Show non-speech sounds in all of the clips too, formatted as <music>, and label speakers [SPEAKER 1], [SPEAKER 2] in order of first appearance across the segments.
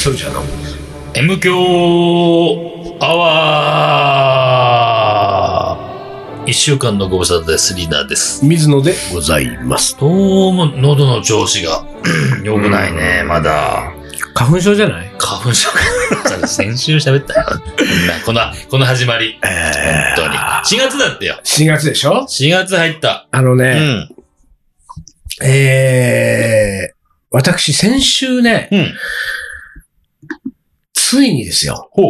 [SPEAKER 1] そうじゃないんですよ
[SPEAKER 2] M 強アワー一週間のご無沙汰です。リーダーです。
[SPEAKER 1] 水野でございます
[SPEAKER 2] どうも喉の調子
[SPEAKER 1] <clears throat>
[SPEAKER 2] が良くないね、まだ。
[SPEAKER 1] 花粉症じゃない
[SPEAKER 2] 花粉症か。先週喋った
[SPEAKER 1] <laughs>
[SPEAKER 2] よ。こんな、この、この始まり。本当に。4月だってよ。
[SPEAKER 1] 4月でしょ
[SPEAKER 2] 4月入った。
[SPEAKER 1] あの
[SPEAKER 2] う
[SPEAKER 1] ね、
[SPEAKER 2] ん。
[SPEAKER 1] えー、私先週ね、
[SPEAKER 2] うん。
[SPEAKER 1] ついにですよ、
[SPEAKER 2] ほう。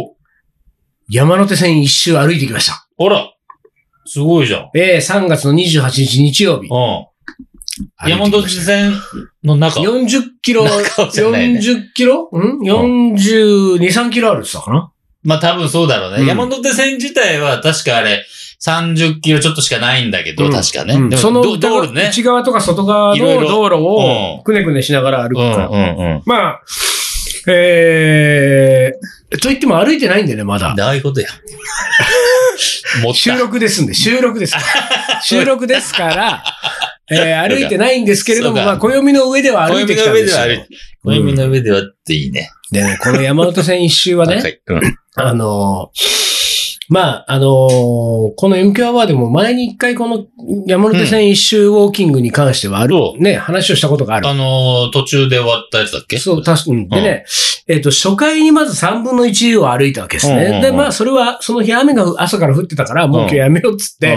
[SPEAKER 1] 山手線一周歩いてきました。
[SPEAKER 2] ほら。すごいじゃん。うん。
[SPEAKER 1] えー、3月の28日日曜日。
[SPEAKER 2] 山手線の中。
[SPEAKER 1] 40キロ、
[SPEAKER 2] 中じゃないね
[SPEAKER 1] 40キロん ?42、3キロあるって言ったかな
[SPEAKER 2] まあ多分そうだろうね。
[SPEAKER 1] うん
[SPEAKER 2] 山手線自体は確かあれ、30キロちょっとしかないんだけど、
[SPEAKER 1] うん
[SPEAKER 2] 確かね。
[SPEAKER 1] うん
[SPEAKER 2] でも
[SPEAKER 1] その
[SPEAKER 2] ど道路ね。
[SPEAKER 1] 内側とか外側
[SPEAKER 2] いろい
[SPEAKER 1] の
[SPEAKER 2] ろ
[SPEAKER 1] 道路
[SPEAKER 2] う
[SPEAKER 1] を
[SPEAKER 2] ん
[SPEAKER 1] くねくねしながら歩く
[SPEAKER 2] う
[SPEAKER 1] か
[SPEAKER 2] んう
[SPEAKER 1] ら。
[SPEAKER 2] んうん。
[SPEAKER 1] まあ、えー、と言っても歩いてないんだよね、まだ。
[SPEAKER 2] ああいうことや。 <laughs> 持った。
[SPEAKER 1] 収録ですんで、収録です。
[SPEAKER 2] <laughs>
[SPEAKER 1] 収録ですから、えー歩いてないんですけれども、
[SPEAKER 2] そうか
[SPEAKER 1] まあ、暦の上では歩いてきたんですよ。
[SPEAKER 2] 暦の上では歩い暦の上ではっていいね。
[SPEAKER 1] でね、この山手線一周は
[SPEAKER 2] 高
[SPEAKER 1] ね、
[SPEAKER 2] いうん
[SPEAKER 1] あのーまあ、あのーこの MQ アワーでも前に一回この山手線一周ウォーキングに関してはある、
[SPEAKER 2] う
[SPEAKER 1] ね、話をしたことがある。
[SPEAKER 2] あのー、途中で終わったやつだっけ
[SPEAKER 1] そう、確かに。でね、えっ、と、初回にまず3分の1を歩いたわけですね。
[SPEAKER 2] うんうんうん
[SPEAKER 1] で、まあ、それは、その日雨が朝から降ってたから、もう今日やめようっつって、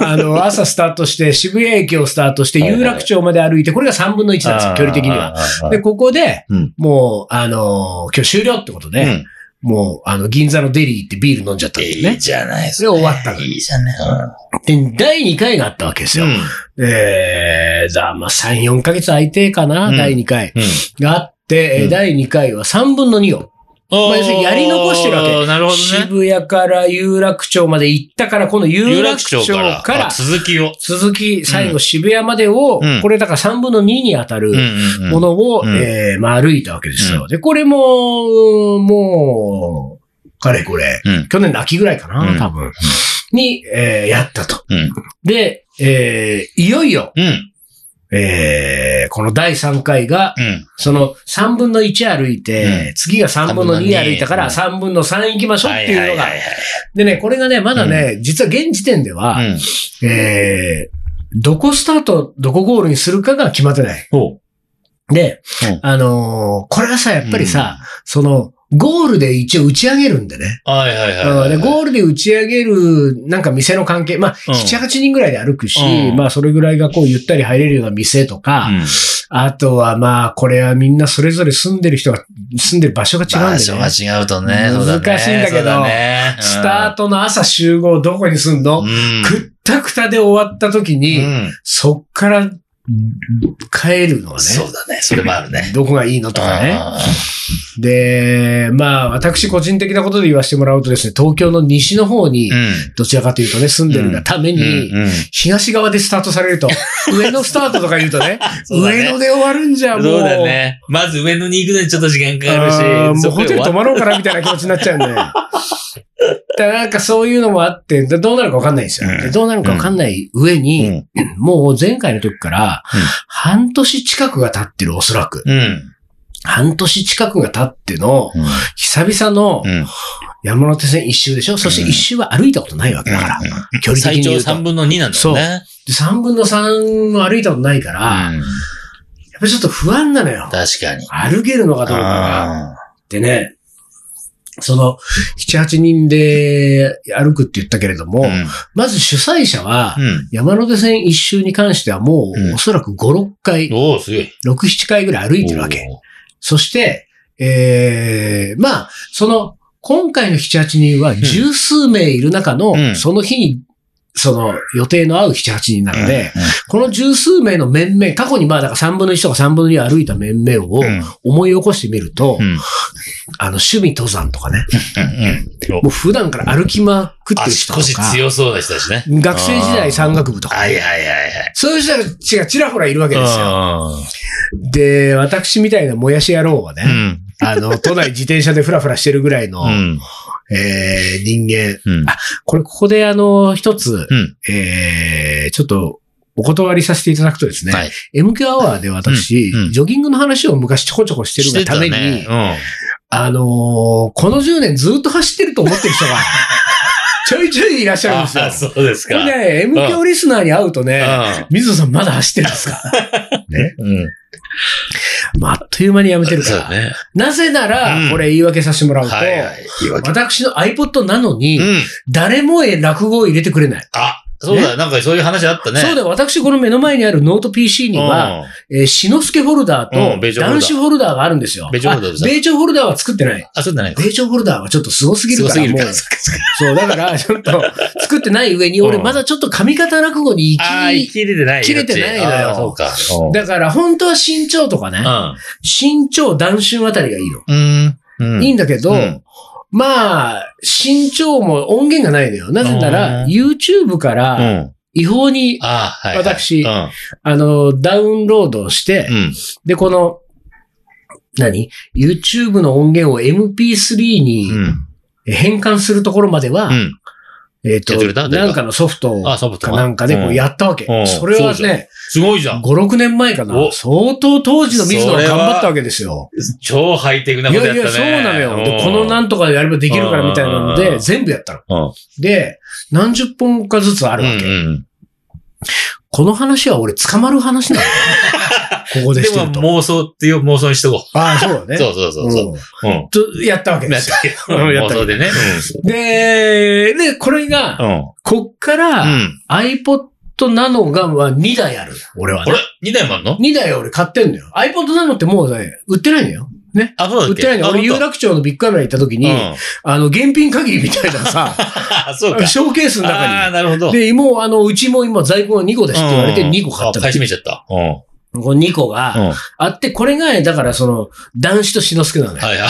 [SPEAKER 2] うん
[SPEAKER 1] あの、朝スタートして、渋谷駅をスタートして、
[SPEAKER 2] はいはい
[SPEAKER 1] 有楽町まで歩いて、これが3分の1なんですよ、距離的には。。で、ここで、
[SPEAKER 2] うん
[SPEAKER 1] もう、あのー今日終了ってこと
[SPEAKER 2] あーあーあー
[SPEAKER 1] で、もう、あの、銀座のデリー行ってビール飲んじゃったん
[SPEAKER 2] うん。
[SPEAKER 1] です
[SPEAKER 2] い
[SPEAKER 1] ね
[SPEAKER 2] い。じゃない
[SPEAKER 1] それ終わったの
[SPEAKER 2] いいじゃない。
[SPEAKER 1] で、第2回があったわけです
[SPEAKER 2] う
[SPEAKER 1] よ。
[SPEAKER 2] ん。
[SPEAKER 1] えー、だ、まあ、3、4ヶ月空いてかな、
[SPEAKER 2] うん
[SPEAKER 1] 第2回
[SPEAKER 2] うん。
[SPEAKER 1] があって、えー
[SPEAKER 2] うん
[SPEAKER 1] 第2回は3分の2を。
[SPEAKER 2] ま
[SPEAKER 1] あ要するにやり残してるわけ
[SPEAKER 2] なるほどね。
[SPEAKER 1] 渋谷から有楽町まで行ったから、この有
[SPEAKER 2] 有
[SPEAKER 1] 楽
[SPEAKER 2] 楽
[SPEAKER 1] 町
[SPEAKER 2] 町
[SPEAKER 1] か
[SPEAKER 2] から
[SPEAKER 1] ら、
[SPEAKER 2] あ続きを。
[SPEAKER 1] 続き、最後渋谷までを、
[SPEAKER 2] うん
[SPEAKER 1] これだから3分の2に当たる、
[SPEAKER 2] うんうんうん
[SPEAKER 1] ものを、
[SPEAKER 2] うん
[SPEAKER 1] えーまあ、歩いたわけですよ。
[SPEAKER 2] う
[SPEAKER 1] で、これも、もう、かれこれ、
[SPEAKER 2] うん
[SPEAKER 1] 去年の秋ぐらいかな、
[SPEAKER 2] うん
[SPEAKER 1] 多分、に、えーやったと。
[SPEAKER 2] うん
[SPEAKER 1] で、えーいよいよ、
[SPEAKER 2] うん。
[SPEAKER 1] えーこの第3回が、
[SPEAKER 2] うん。
[SPEAKER 1] その3分の1歩いて、
[SPEAKER 2] うん
[SPEAKER 1] 次が3分の2歩いたから、
[SPEAKER 2] うん
[SPEAKER 1] 3分の3行きましょうっていうのが、
[SPEAKER 2] はいはい
[SPEAKER 1] でね、これがね、まだね、実は現時点では、
[SPEAKER 2] はいはい。うん。
[SPEAKER 1] えーどこスタート、どこゴールにするかが決まってない。
[SPEAKER 2] ほ
[SPEAKER 1] で、
[SPEAKER 2] うん
[SPEAKER 1] あのーこれがさ、やっぱりさ、その、ゴールで一応打ち上げるんでね。
[SPEAKER 2] う。はいはいはい
[SPEAKER 1] うん
[SPEAKER 2] はい。
[SPEAKER 1] でゴールで打ち上げる、なんか店の関係、まあ、
[SPEAKER 2] うん
[SPEAKER 1] 7、8人ぐらいで歩くし、
[SPEAKER 2] うん
[SPEAKER 1] まあ、それぐらいがこう、ゆったり入れるような店とか、
[SPEAKER 2] うん
[SPEAKER 1] あとはまあ、これはみんなそれぞれ住んでる人が、住んでる場所が違うん
[SPEAKER 2] 場
[SPEAKER 1] で
[SPEAKER 2] 所
[SPEAKER 1] ね
[SPEAKER 2] が。違うとね。そうね
[SPEAKER 1] 難しいんだけど
[SPEAKER 2] そうねうん
[SPEAKER 1] スタートの朝集合、どこにすんの、
[SPEAKER 2] うん
[SPEAKER 1] くったくたで終わった時に、
[SPEAKER 2] うん
[SPEAKER 1] そっから、帰るのはね。
[SPEAKER 2] そうだね。それもあるね。
[SPEAKER 1] どこがいいのとかね。
[SPEAKER 2] あ
[SPEAKER 1] で、まあ、私個人的なことで言わせてもらうとですね、東京の西の方に
[SPEAKER 2] ー。う、ん。
[SPEAKER 1] どちらかというとね、住んでるがために、
[SPEAKER 2] うんうん
[SPEAKER 1] 東側でスタートされる
[SPEAKER 2] <laughs>
[SPEAKER 1] と、上のスタートとか言うとね、
[SPEAKER 2] そうだね
[SPEAKER 1] 上野で終わるんじゃ、もう。
[SPEAKER 2] そうだね。まず上野に行くのにちょっと時間かか
[SPEAKER 1] あ
[SPEAKER 2] る
[SPEAKER 1] ー
[SPEAKER 2] し。
[SPEAKER 1] もうホテル泊まろうかなみたいな気持ちになっちゃうんで。
[SPEAKER 2] <laughs>
[SPEAKER 1] だからなんかそういうのもあって、でどうなるかわかんないんですよ。
[SPEAKER 2] うん
[SPEAKER 1] でどうなるかわかんない上
[SPEAKER 2] う
[SPEAKER 1] に、
[SPEAKER 2] ん。
[SPEAKER 1] もう前回の時から
[SPEAKER 2] うん、
[SPEAKER 1] 半年近くが経ってる、おそらく。
[SPEAKER 2] うん。
[SPEAKER 1] 半年近くが経っての、久々の
[SPEAKER 2] うん
[SPEAKER 1] 山手線一周でしょ、そして一周は歩いたことないわけだから。距離的
[SPEAKER 2] 最
[SPEAKER 1] に
[SPEAKER 2] 長
[SPEAKER 1] 言うと。
[SPEAKER 2] 3分の2なんだ
[SPEAKER 1] そう
[SPEAKER 2] よね。
[SPEAKER 1] で3分の3も歩いたことないから、やっ
[SPEAKER 2] うん
[SPEAKER 1] ぱりちょっと不安なのよ。
[SPEAKER 2] 確かに。
[SPEAKER 1] 歩けるのかどうかが。でね、その、7、8人で歩くって言ったけれども、
[SPEAKER 2] うん
[SPEAKER 1] まず主催者は、
[SPEAKER 2] うん。
[SPEAKER 1] 山手線一周に関してはも
[SPEAKER 2] うん
[SPEAKER 1] う、おそらく5、6回、
[SPEAKER 2] おおすごい。
[SPEAKER 1] 6、7回ぐらい歩いてるわけ。そして、ええまあ、その、今回の7、8人は十数名いる中の、
[SPEAKER 2] うん
[SPEAKER 1] その日に、その予定の合う7、8人な
[SPEAKER 2] おー。
[SPEAKER 1] ので、
[SPEAKER 2] うん
[SPEAKER 1] この十数名の面々、過去にまあだから3分の1とか3分の2歩いた面々を
[SPEAKER 2] うん
[SPEAKER 1] 思い起こしてみると、
[SPEAKER 2] うん
[SPEAKER 1] あの趣味登山とかね、
[SPEAKER 2] うんうん
[SPEAKER 1] もう普段から歩きまくってる
[SPEAKER 2] 足
[SPEAKER 1] 人とか
[SPEAKER 2] 腰、強そうでしたしね。
[SPEAKER 1] 学生時代山岳部とか
[SPEAKER 2] は、いはいはいはい。
[SPEAKER 1] そういう人たちがちらほらいるわけですよ。
[SPEAKER 2] う
[SPEAKER 1] で、私みたいなもやし野郎はね、
[SPEAKER 2] ん。
[SPEAKER 1] あの、都内自転車でフラフラしてるぐらいの、
[SPEAKER 2] うん。
[SPEAKER 1] えー、人間。
[SPEAKER 2] うん
[SPEAKER 1] あこれ、ここであの、一つ、
[SPEAKER 2] うん
[SPEAKER 1] えー、ちょっと、お断りさせていただくとですね、
[SPEAKER 2] はい
[SPEAKER 1] MQ アワーで私、
[SPEAKER 2] うんうん
[SPEAKER 1] ジョギングの話を昔ちょこちょこしてるがために、
[SPEAKER 2] してたね
[SPEAKER 1] あのーこの10年ずっと走ってると思ってる
[SPEAKER 2] <laughs>
[SPEAKER 1] 人が、ちょいちょいいらっしゃるんですよ
[SPEAKER 2] あ。そうです
[SPEAKER 1] こ
[SPEAKER 2] か。
[SPEAKER 1] れね、M 響リスナーに会うとね、水野さんまだ走ってるんですかね。
[SPEAKER 2] うん。うん。
[SPEAKER 1] まあ、あっという間にやめてるか
[SPEAKER 2] そう
[SPEAKER 1] ら。
[SPEAKER 2] ね。
[SPEAKER 1] なぜな
[SPEAKER 2] う
[SPEAKER 1] ら
[SPEAKER 2] ん、
[SPEAKER 1] これ言い訳させてもらうと、
[SPEAKER 2] はいはい。言い訳。
[SPEAKER 1] 私の iPod なのに、
[SPEAKER 2] うん。
[SPEAKER 1] 誰も落語を入れてくれない。
[SPEAKER 2] あ、そうだ、なんかそういう話あったね。
[SPEAKER 1] そうだ、私この目の前にあるノート PC には、えー、しのすけフォルダ
[SPEAKER 2] う
[SPEAKER 1] ー
[SPEAKER 2] ん
[SPEAKER 1] と
[SPEAKER 2] 米朝フォルダー
[SPEAKER 1] 男子フォルダーがあるんですよ。
[SPEAKER 2] 米朝フォルダーです
[SPEAKER 1] あ米朝フォルダーは作ってない。
[SPEAKER 2] あ、そうだね。
[SPEAKER 1] 米朝フォルダーはちょっとすごすぎるから、もう。
[SPEAKER 2] すごすぎる
[SPEAKER 1] そう、だから、ちょっと、作ってない上に、俺
[SPEAKER 2] うん
[SPEAKER 1] まだちょっと上方落語に行
[SPEAKER 2] ああ、
[SPEAKER 1] き、
[SPEAKER 2] 切れてない。
[SPEAKER 1] 切れてないのよ
[SPEAKER 2] あーそうか。
[SPEAKER 1] だから、本当は身長とかね、身長、男春あたりがいいの。
[SPEAKER 2] うん。うん。
[SPEAKER 1] いいんだけど、
[SPEAKER 2] うん
[SPEAKER 1] まあ、身長も音源がないのよ。なぜなら、
[SPEAKER 2] うん
[SPEAKER 1] YouTube か
[SPEAKER 2] う
[SPEAKER 1] ら
[SPEAKER 2] ん。
[SPEAKER 1] 違法に、
[SPEAKER 2] ああ、はい。
[SPEAKER 1] 私
[SPEAKER 2] うん。
[SPEAKER 1] あの、ダウンロードして、
[SPEAKER 2] うん。
[SPEAKER 1] で、この、何 ?YouTube の音源を MP3
[SPEAKER 2] う
[SPEAKER 1] に
[SPEAKER 2] ん。
[SPEAKER 1] 変換するところまでは、
[SPEAKER 2] うん。
[SPEAKER 1] えっ、
[SPEAKER 2] やってくれた
[SPEAKER 1] と、
[SPEAKER 2] 誰か
[SPEAKER 1] なんかのソフト
[SPEAKER 2] あ、サブと
[SPEAKER 1] かなんかでこうやったわけ。
[SPEAKER 2] うん
[SPEAKER 1] それは
[SPEAKER 2] そうじゃ
[SPEAKER 1] ね、
[SPEAKER 2] すごいじゃ
[SPEAKER 1] 5、
[SPEAKER 2] ん。
[SPEAKER 1] 6年前かな。
[SPEAKER 2] お
[SPEAKER 1] 相当当時の水野は頑張ったわけですよ。
[SPEAKER 2] 超ハイテクないことや
[SPEAKER 1] や
[SPEAKER 2] っ
[SPEAKER 1] い
[SPEAKER 2] た
[SPEAKER 1] や、
[SPEAKER 2] ね。
[SPEAKER 1] そうなのよ。で、このなんんとかでやればできるからみたいなの
[SPEAKER 2] うんうんう
[SPEAKER 1] で、
[SPEAKER 2] ん
[SPEAKER 1] 全部やったの。
[SPEAKER 2] うん。
[SPEAKER 1] で、何十本かずつあ
[SPEAKER 2] あ
[SPEAKER 1] るわけ。
[SPEAKER 2] うん。
[SPEAKER 1] この話は俺捕まる話な
[SPEAKER 2] <laughs>
[SPEAKER 1] のここで
[SPEAKER 2] で
[SPEAKER 1] して
[SPEAKER 2] も
[SPEAKER 1] ると。
[SPEAKER 2] 妄想っていう妄想にしとこ
[SPEAKER 1] ああ、そうだ
[SPEAKER 2] う。
[SPEAKER 1] ね。
[SPEAKER 2] そうそうそうそう。
[SPEAKER 1] うん
[SPEAKER 2] うん。
[SPEAKER 1] と、やったわけですよ。うんや
[SPEAKER 2] 妄
[SPEAKER 1] った
[SPEAKER 2] 想でね。
[SPEAKER 1] で、で、これが、
[SPEAKER 2] うん。うん。
[SPEAKER 1] こっから、
[SPEAKER 2] うん。
[SPEAKER 1] iPod Nano がは2台ある。俺は
[SPEAKER 2] あ
[SPEAKER 1] ね
[SPEAKER 2] れ。?2 台もあるの
[SPEAKER 1] 2台俺買ってんのよ。iPod Nano ってもうね、売ってないのよ。ね。
[SPEAKER 2] あ、そうだっ
[SPEAKER 1] 売っ
[SPEAKER 2] け
[SPEAKER 1] てないのよ。俺、有楽町のビッグカメラ行った時に、
[SPEAKER 2] うん。
[SPEAKER 1] あの、現品限りみたいなさ、
[SPEAKER 2] あ、 <laughs> そうか。
[SPEAKER 1] ショーケースの
[SPEAKER 2] あ
[SPEAKER 1] 中
[SPEAKER 2] あー、なるほど。
[SPEAKER 1] に。で、もう、あの、うちも今在庫が2個ですって言われて
[SPEAKER 2] うん
[SPEAKER 1] 2個買ったの
[SPEAKER 2] あ買い占めちゃった。うん。
[SPEAKER 1] この2個が
[SPEAKER 2] うん。
[SPEAKER 1] あって、これがね、だからその、男子と篠介なの
[SPEAKER 2] <laughs>
[SPEAKER 1] よ。
[SPEAKER 2] はいはい。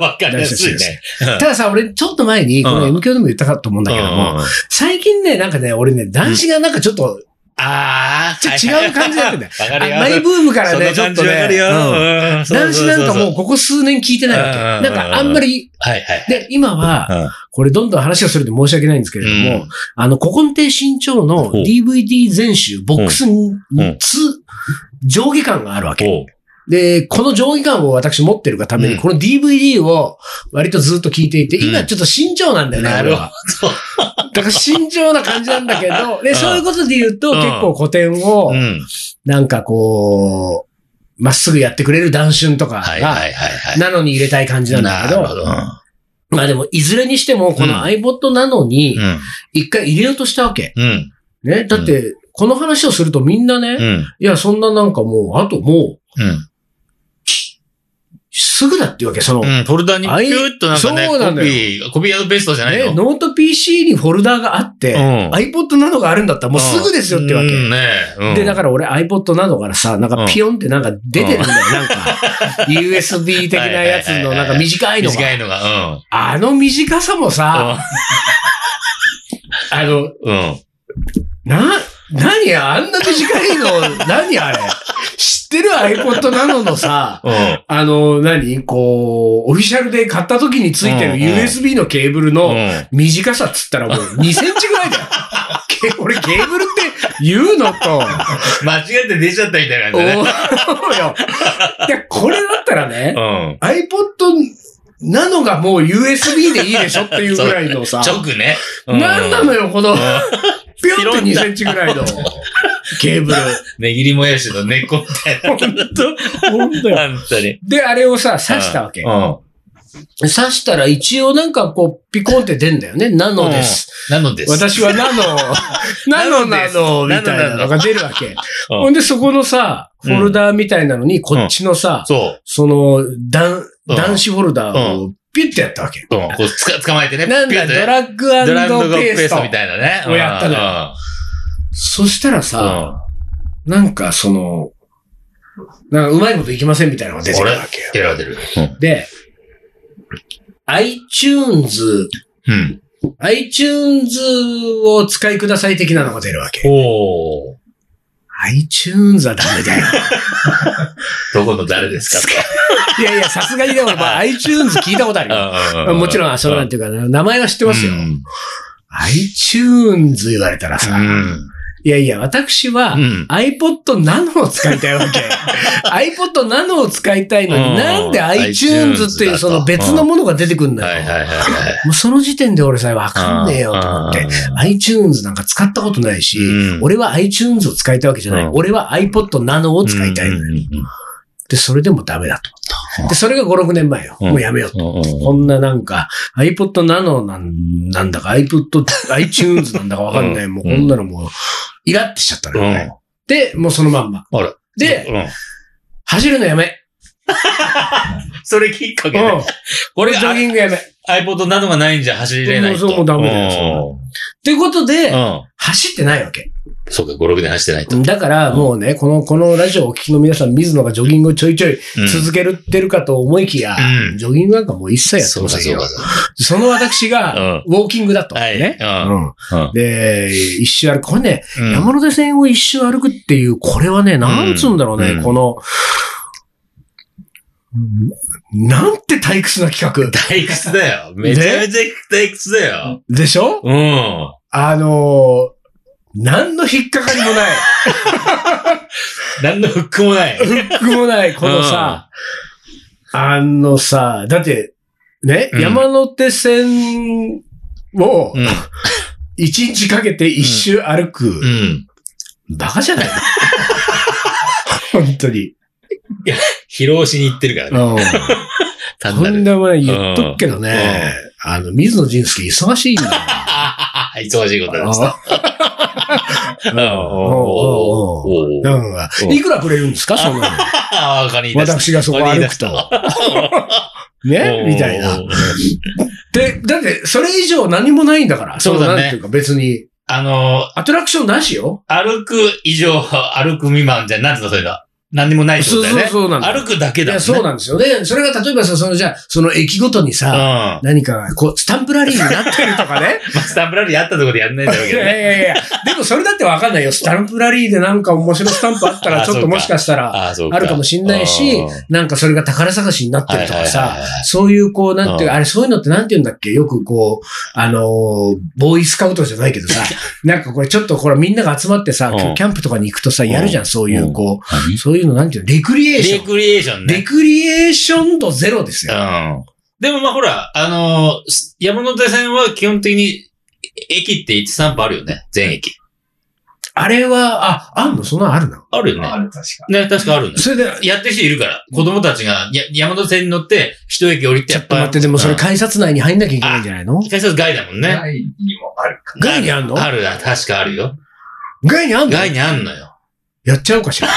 [SPEAKER 2] わかりやすいね。
[SPEAKER 1] たださ、俺、ちょっと前に、この
[SPEAKER 2] うん
[SPEAKER 1] M 教でも言ったかと思うんだけども、
[SPEAKER 2] あ
[SPEAKER 1] 最近ね、なんかね、俺ね、男子がなんかちょっと、
[SPEAKER 2] あー、
[SPEAKER 1] ちょ違う感じになってんだよ
[SPEAKER 2] <laughs> わ
[SPEAKER 1] あ
[SPEAKER 2] かるよ。
[SPEAKER 1] マイブームからね、ち
[SPEAKER 2] そ
[SPEAKER 1] ょっ
[SPEAKER 2] の感じ
[SPEAKER 1] と
[SPEAKER 2] わか
[SPEAKER 1] ね
[SPEAKER 2] る、よ
[SPEAKER 1] うん
[SPEAKER 2] うんそう
[SPEAKER 1] 男子なんかもう
[SPEAKER 2] そうそうそう
[SPEAKER 1] ここ数年聞いてないわけ。
[SPEAKER 2] うんうんうん
[SPEAKER 1] なんかあんまり、
[SPEAKER 2] はいはい。
[SPEAKER 1] で、今は、これどんどん話がするんで申し訳ないんですけれども、
[SPEAKER 2] うん
[SPEAKER 1] あの、古今亭新潮の
[SPEAKER 2] ほう
[SPEAKER 1] DVD 全集、ボックス3つ、上下感があるわけ。
[SPEAKER 2] おう
[SPEAKER 1] で、この上下感を私持ってるがために、
[SPEAKER 2] うん
[SPEAKER 1] この DVD を割とずっと聞いていて、
[SPEAKER 2] うん
[SPEAKER 1] 今ちょっと慎重なんだよね、
[SPEAKER 2] な
[SPEAKER 1] 俺
[SPEAKER 2] る
[SPEAKER 1] は
[SPEAKER 2] ほど。
[SPEAKER 1] <laughs> だから慎重な感じなんだけど、
[SPEAKER 2] う
[SPEAKER 1] で、
[SPEAKER 2] ん
[SPEAKER 1] そういうことで言うと、
[SPEAKER 2] うん
[SPEAKER 1] 結構古典を
[SPEAKER 2] う、ん。
[SPEAKER 1] なんかこう、まっすぐやってくれる男春とか
[SPEAKER 2] はい
[SPEAKER 1] が、
[SPEAKER 2] はいはいはい。
[SPEAKER 1] なのに入れたい感じなんだけ
[SPEAKER 2] なる
[SPEAKER 1] ど
[SPEAKER 2] ほ、ど。
[SPEAKER 1] まあでも、いずれにしても、この
[SPEAKER 2] うん
[SPEAKER 1] iPod なのに
[SPEAKER 2] う、ん。
[SPEAKER 1] 一回入れようとしたわけ。
[SPEAKER 2] うん。
[SPEAKER 1] ね。だって、この話をするとみんな
[SPEAKER 2] う
[SPEAKER 1] ね、
[SPEAKER 2] ん。
[SPEAKER 1] いや、そんななんかもう、あともう、
[SPEAKER 2] うん。
[SPEAKER 1] すぐだっていうわけ、その、ね、
[SPEAKER 2] うん。フォルダにピューっとなんかね、
[SPEAKER 1] そうな
[SPEAKER 2] コ
[SPEAKER 1] の
[SPEAKER 2] ピ
[SPEAKER 1] よ
[SPEAKER 2] ー、コピーアドベストじゃないの
[SPEAKER 1] ノート PC にフォルダがあって、
[SPEAKER 2] ん
[SPEAKER 1] iPod などがあるんだったらもうすぐですよってわけ。
[SPEAKER 2] うんねうん
[SPEAKER 1] で、だから俺 iPod などからさ、なんかピヨンってなんか出てるんだよ。なんか、USB 的なやつのなんか短いのが。
[SPEAKER 2] 短いのが、
[SPEAKER 1] あの短さもさ、あの、
[SPEAKER 2] うん。うん。
[SPEAKER 1] な、何あんな短いの、 <laughs> 何あれ知ってる iPod などのさ、
[SPEAKER 2] うん。
[SPEAKER 1] あの、何こう、オフィシャルで買った時についてる
[SPEAKER 2] うんうん
[SPEAKER 1] USB のケーブルの、
[SPEAKER 2] うん。
[SPEAKER 1] 短さっつった <laughs> らもう2センチぐらいだよ。け俺ケーブルって言うの <laughs> と。
[SPEAKER 2] 間違って出ちゃったみたい
[SPEAKER 1] お
[SPEAKER 2] な感じだね。
[SPEAKER 1] ーよ。いや、これだったらね
[SPEAKER 2] う、ん。
[SPEAKER 1] iPod なのがもう USB でいいでしょっていうぐらいのさ、
[SPEAKER 2] 直ね。う
[SPEAKER 1] なんなのよ、この、ぴょんって2センチぐら <laughs> いのケーブル。
[SPEAKER 2] ねぎりもやしの根っこみたい
[SPEAKER 1] 本
[SPEAKER 2] な。
[SPEAKER 1] 当本当よ。
[SPEAKER 2] 本当に。
[SPEAKER 1] で、あれをさ、刺したわけ
[SPEAKER 2] う。ん。
[SPEAKER 1] 刺したら一応なんかこう、ピコンって出んだよね。なのです。
[SPEAKER 2] なのです。
[SPEAKER 1] 私はナノ、ナノなの、みたいなのが出るわけ。ほんで、そこのさ、フォルダーみたいなのに、こっちのさ、
[SPEAKER 2] そ
[SPEAKER 1] その、男、
[SPEAKER 2] うん
[SPEAKER 1] 男子フォルダーをピュッてやったわけ。
[SPEAKER 2] う。うん。こう、つか、捕まえてね。
[SPEAKER 1] なんだ、
[SPEAKER 2] ピュ
[SPEAKER 1] ド
[SPEAKER 2] ッ
[SPEAKER 1] ラッグ
[SPEAKER 2] とねドラム
[SPEAKER 1] ペ
[SPEAKER 2] のペ
[SPEAKER 1] ー
[SPEAKER 2] ー
[SPEAKER 1] ス
[SPEAKER 2] ス
[SPEAKER 1] ト
[SPEAKER 2] トみたいなね。
[SPEAKER 1] をやったの
[SPEAKER 2] よ。
[SPEAKER 1] そしたらさ、
[SPEAKER 2] う
[SPEAKER 1] なんかその、なんかうまいこといきませんみたいなのが出てくるわけよ
[SPEAKER 2] ん。。出るわ出る。
[SPEAKER 1] で、iTunes、
[SPEAKER 2] うん。
[SPEAKER 1] iTunes をお使いください的なのが出るわけ。
[SPEAKER 2] おー。
[SPEAKER 1] iTunes はダメだよ。
[SPEAKER 2] どこの誰ですか
[SPEAKER 1] いやいや、さすがにでも、まあ、iTunes 聞いたことあるよ。
[SPEAKER 2] と
[SPEAKER 1] もち
[SPEAKER 2] ん。
[SPEAKER 1] ろん、そうなんていうか、名前は知ってますよ。
[SPEAKER 2] うん
[SPEAKER 1] iTunes 言われたらさ、いやいや、私は、
[SPEAKER 2] ん。
[SPEAKER 1] iPod Nano を使いたいわけ。iPod Nano を使いたいの
[SPEAKER 2] うん
[SPEAKER 1] に、なんで iTunes っていうその別のものが出てくるん
[SPEAKER 2] は
[SPEAKER 1] だ
[SPEAKER 2] いはいはい
[SPEAKER 1] よ。
[SPEAKER 2] はい。
[SPEAKER 1] もうその時点で俺さえわかんねえよと思って。iTunes なんか使ったことないし、
[SPEAKER 2] うん
[SPEAKER 1] 俺は iTunes を使いたいわけじゃない。
[SPEAKER 2] うん
[SPEAKER 1] 俺は iPod Nano を使いたい。
[SPEAKER 2] うんうんうん
[SPEAKER 1] で、それでもダメだ
[SPEAKER 2] うん
[SPEAKER 1] と。で、それが5、6年前よ。
[SPEAKER 2] うん
[SPEAKER 1] もうやめようと。
[SPEAKER 2] うんうん
[SPEAKER 1] こんななんか、iPod Nano なんなんだか、iPod、iTunes なんだかわかんない。もうこんなのもう、イラってしちゃったのよね。で、もうそのまんま。
[SPEAKER 2] あら
[SPEAKER 1] で、
[SPEAKER 2] うん
[SPEAKER 1] 走るのやめ。
[SPEAKER 2] それきっかけ
[SPEAKER 1] う
[SPEAKER 2] で。
[SPEAKER 1] ん。
[SPEAKER 2] これ
[SPEAKER 1] ジョ
[SPEAKER 2] が
[SPEAKER 1] ギングやめ。っ
[SPEAKER 2] iPod などがないんじゃ走れない
[SPEAKER 1] も
[SPEAKER 2] と。
[SPEAKER 1] うそうもうダメだよそてこと
[SPEAKER 2] うん。う
[SPEAKER 1] で、
[SPEAKER 2] ん。
[SPEAKER 1] 走ってないわけ。
[SPEAKER 2] そうか、5、6年走ってないと。
[SPEAKER 1] だからもうね、この、このラジオをお聞きの皆さん、水野がジョギングをちょいちょい
[SPEAKER 2] うん
[SPEAKER 1] 続けるってるかと思いきや、
[SPEAKER 2] うん
[SPEAKER 1] ジョギングなんかもう一切やって
[SPEAKER 2] そう
[SPEAKER 1] ま
[SPEAKER 2] か、
[SPEAKER 1] せん
[SPEAKER 2] そう
[SPEAKER 1] よ
[SPEAKER 2] か。。そうか
[SPEAKER 1] その私が、ウォーキングだと。
[SPEAKER 2] はい。
[SPEAKER 1] ね。
[SPEAKER 2] う
[SPEAKER 1] うん。
[SPEAKER 2] ん。
[SPEAKER 1] で、一周歩く。これね、
[SPEAKER 2] うん
[SPEAKER 1] 山手線を一周歩くっていう、これはね、なんつうんだろうね、
[SPEAKER 2] うん
[SPEAKER 1] この、うんなんて退屈な企
[SPEAKER 2] 退屈だよ。めちゃめちゃ退屈だよ。
[SPEAKER 1] 画でしょ
[SPEAKER 2] うん。
[SPEAKER 1] あのー、何の引っかかりもない、
[SPEAKER 2] 何のフックもない。
[SPEAKER 1] フックもない、このさ、あのさ、だって、ね、
[SPEAKER 2] うん
[SPEAKER 1] 山手線を
[SPEAKER 2] うん。
[SPEAKER 1] 一日かけて一周歩く、
[SPEAKER 2] うん。
[SPEAKER 1] バカじゃないの <laughs> 本当に。
[SPEAKER 2] 疲労しに行ってるからね。
[SPEAKER 1] うん
[SPEAKER 2] 単
[SPEAKER 1] こ
[SPEAKER 2] なんる。
[SPEAKER 1] なもん言っとくけどね、あの、水野仁介忙しいんだよ。
[SPEAKER 2] <laughs> 忙しいことです。うん。お
[SPEAKER 1] う
[SPEAKER 2] ーおー。
[SPEAKER 1] んうんいくらくれるんですかその、
[SPEAKER 2] ああ、かに出した。
[SPEAKER 1] 私がそこ歩くと。ねみたいな。
[SPEAKER 2] おー。
[SPEAKER 1] で、だって、それ以上何もないんだから。
[SPEAKER 2] そうだね
[SPEAKER 1] のなんていうか別に、
[SPEAKER 2] あの、
[SPEAKER 1] アトラクションなしよ。
[SPEAKER 2] 歩く以上、歩く未満じゃ、なんていうのそれが。何にもないってこ
[SPEAKER 1] そ
[SPEAKER 2] と
[SPEAKER 1] う
[SPEAKER 2] だよ
[SPEAKER 1] そう
[SPEAKER 2] ね。
[SPEAKER 1] そうなんだ。
[SPEAKER 2] 歩くだけ
[SPEAKER 1] い
[SPEAKER 2] だも
[SPEAKER 1] や、
[SPEAKER 2] んね。
[SPEAKER 1] そうなんですよ。で、それが例えばさ、その、じゃあ、その駅ごとにさ、
[SPEAKER 2] うん。
[SPEAKER 1] 何かが、こう、スタンプラリーになってるとか
[SPEAKER 2] <laughs>
[SPEAKER 1] ね。
[SPEAKER 2] まあ、スタンプラリーあったところでやんないんだろう
[SPEAKER 1] い
[SPEAKER 2] けど
[SPEAKER 1] <laughs>
[SPEAKER 2] ね。
[SPEAKER 1] やいやいや、でもそれだってわかんないよ。スタンプラリーでなんか面白いスタンプあった
[SPEAKER 2] あ
[SPEAKER 1] ら、ちょっ
[SPEAKER 2] そうか
[SPEAKER 1] ともしかしたら、
[SPEAKER 2] ああ、そうか。
[SPEAKER 1] あるかもしんないし
[SPEAKER 2] うん
[SPEAKER 1] なんかそれが宝探しになってるとか
[SPEAKER 2] はいはいはい
[SPEAKER 1] さ
[SPEAKER 2] はい、
[SPEAKER 1] そういうこう、なんていう
[SPEAKER 2] う
[SPEAKER 1] か、あれそういうのってなんて言うんだっけよくこう、あのーボーイスカウトじゃないけど
[SPEAKER 2] <laughs>
[SPEAKER 1] さ、なんかこれちょっとほらみんなが集まってさ
[SPEAKER 2] うん、
[SPEAKER 1] キャンプとかに行くとさ、やるじゃん、そういううんこう、そういうのなんていうのレクリエーシ
[SPEAKER 2] レ
[SPEAKER 1] ョン。
[SPEAKER 2] クリエーション
[SPEAKER 1] レ
[SPEAKER 2] ね。
[SPEAKER 1] クリエーション度ゼロです
[SPEAKER 2] う
[SPEAKER 1] よ。
[SPEAKER 2] ん。でもまあほら、あのーす山手線は基本的に、駅って1散歩あるよね。全駅。
[SPEAKER 1] あれは、あ、あんのそんなのあるの
[SPEAKER 2] あるよね。
[SPEAKER 3] る、確か。
[SPEAKER 2] ね、確かあるんだよ。
[SPEAKER 1] それで、
[SPEAKER 2] やってる人いるから、子供たちがや山手線に乗って、一駅降りて、
[SPEAKER 1] ちょ
[SPEAKER 2] やっ
[SPEAKER 1] っと
[SPEAKER 2] ぱ。
[SPEAKER 1] 待って、でもそれ
[SPEAKER 2] うん
[SPEAKER 1] 改札内に入んなきゃいけないんじゃないの
[SPEAKER 2] 改札外だもんね。
[SPEAKER 3] 第にもあるか。
[SPEAKER 1] 外にあんの
[SPEAKER 2] あるな、確かあるよ。
[SPEAKER 1] 外にあんの
[SPEAKER 2] 外にあんのよ。
[SPEAKER 1] やっちゃおうか
[SPEAKER 2] <laughs>
[SPEAKER 1] しら。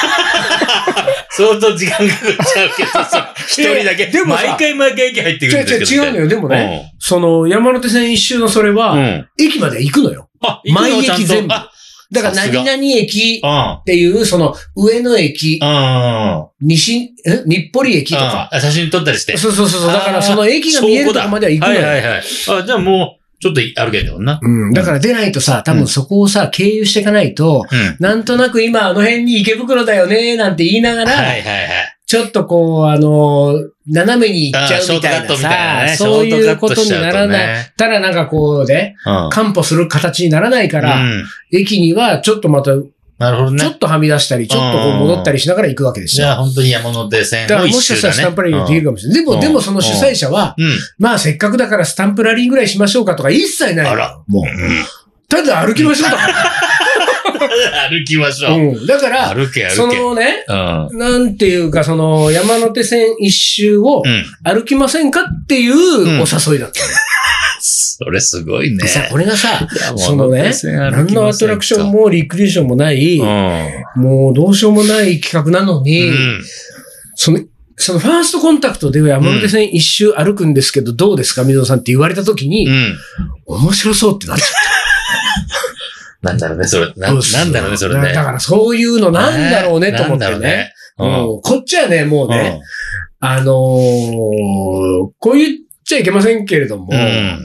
[SPEAKER 2] 相当時間かかっちゃうけどさ、
[SPEAKER 1] <laughs>
[SPEAKER 2] 一人だけ。
[SPEAKER 1] でもさ
[SPEAKER 2] 毎回毎回駅入って
[SPEAKER 1] 違
[SPEAKER 2] くるん
[SPEAKER 1] う
[SPEAKER 2] です
[SPEAKER 1] 違う
[SPEAKER 2] け
[SPEAKER 1] 違
[SPEAKER 2] ど。
[SPEAKER 1] うのよ。でもね、その山手線一周のそれ
[SPEAKER 2] うん。う
[SPEAKER 1] は、
[SPEAKER 2] ん。
[SPEAKER 1] 駅まで行くのよ。
[SPEAKER 2] あ、
[SPEAKER 1] 毎
[SPEAKER 2] 行くのちゃん
[SPEAKER 1] 駅
[SPEAKER 2] と
[SPEAKER 1] 全部。
[SPEAKER 2] あ
[SPEAKER 1] だから
[SPEAKER 2] さすが
[SPEAKER 1] 何々駅っ
[SPEAKER 2] うん。
[SPEAKER 1] ていう、その上野駅、
[SPEAKER 2] うん。
[SPEAKER 1] 西、え日暮里駅とか。
[SPEAKER 2] うん写真撮ったりして。
[SPEAKER 1] そうそうそうそう。
[SPEAKER 2] あー
[SPEAKER 1] だからその駅が見えるとこまでは行くの
[SPEAKER 2] はい
[SPEAKER 1] よ。
[SPEAKER 2] はいはい。あ、じゃあもう、ちょっと歩けんだもんな。
[SPEAKER 1] うん、だから出ないとさ、多分そこをさ、経由していかないと、
[SPEAKER 2] うん。
[SPEAKER 1] なんとなく今あの辺に池袋だよね、なんて言いながら、
[SPEAKER 2] はいはいはい。
[SPEAKER 1] ちょっとこう、あのー斜めに行っちゃ
[SPEAKER 2] あシ
[SPEAKER 1] う
[SPEAKER 2] ョー
[SPEAKER 1] み
[SPEAKER 2] トカ
[SPEAKER 1] たい
[SPEAKER 2] ット
[SPEAKER 1] な
[SPEAKER 2] みたいな
[SPEAKER 1] さ、
[SPEAKER 2] ね。
[SPEAKER 1] そう
[SPEAKER 2] シ
[SPEAKER 1] い
[SPEAKER 2] ョ
[SPEAKER 1] う
[SPEAKER 2] ート
[SPEAKER 1] こ
[SPEAKER 2] カッ
[SPEAKER 1] と
[SPEAKER 2] トし
[SPEAKER 1] に
[SPEAKER 2] ちゃう
[SPEAKER 1] ならない。
[SPEAKER 2] ね。
[SPEAKER 1] たらなんかこうね、
[SPEAKER 2] うん。
[SPEAKER 1] 担保する形にならないから、
[SPEAKER 2] うん
[SPEAKER 1] 駅にはちょっとまた、
[SPEAKER 2] なる
[SPEAKER 1] ち
[SPEAKER 2] ほど
[SPEAKER 1] ょっ
[SPEAKER 2] ね。
[SPEAKER 1] とはみ出したり、ちょっとこう戻ったりしながら行くわけです
[SPEAKER 2] じ
[SPEAKER 1] よ。
[SPEAKER 2] ゃあ本当に山手線
[SPEAKER 1] だか
[SPEAKER 2] を
[SPEAKER 1] らも
[SPEAKER 2] 一
[SPEAKER 1] しかし
[SPEAKER 2] 周
[SPEAKER 1] たら
[SPEAKER 2] だ
[SPEAKER 1] ス
[SPEAKER 2] ね。
[SPEAKER 1] タンプラリーができるかもしれない。で
[SPEAKER 2] うん
[SPEAKER 1] も、でもその主催者は、
[SPEAKER 2] うん。
[SPEAKER 1] まあせっかくだからスタンプラリーぐらいしましょうかとか一切ない。
[SPEAKER 2] あら。
[SPEAKER 1] もう。
[SPEAKER 2] うん。 <laughs>
[SPEAKER 1] ただ歩きましょうだか
[SPEAKER 2] 歩きまし
[SPEAKER 1] ら。
[SPEAKER 2] ょう。
[SPEAKER 1] うん。だから、
[SPEAKER 2] 歩け
[SPEAKER 1] そ
[SPEAKER 2] 歩け。
[SPEAKER 1] のね、
[SPEAKER 2] うん。
[SPEAKER 1] なんていうか、その山手線一周を
[SPEAKER 2] うん。
[SPEAKER 1] 歩きませんかっていう
[SPEAKER 2] うん
[SPEAKER 1] お誘いだった
[SPEAKER 2] それすごいね
[SPEAKER 1] で。さ、これがさ、そのね
[SPEAKER 2] 山手線歩きませんか
[SPEAKER 1] 何のアトラクションもリクリエーションもない、
[SPEAKER 2] う
[SPEAKER 1] もうどうしようもない企画なの
[SPEAKER 2] ん。
[SPEAKER 1] に、
[SPEAKER 2] うん。
[SPEAKER 1] その、そのファーストコンタクトで山手線一周歩くんですけど、どうですか水野さんって言われた時に、
[SPEAKER 2] うん。
[SPEAKER 1] 面白そうってなっちゃ
[SPEAKER 2] なんだろうね、それ。な
[SPEAKER 1] うんっすよ
[SPEAKER 2] なんだろうね、それ
[SPEAKER 1] だ
[SPEAKER 2] ね。
[SPEAKER 1] からそういうのなんだろうねと思っ
[SPEAKER 2] なんだ
[SPEAKER 1] て
[SPEAKER 2] ろう
[SPEAKER 1] ね。
[SPEAKER 2] ね。うん
[SPEAKER 1] うんこっちはね、もうね、あのーこう言っちゃいけませんけれども、
[SPEAKER 2] うん。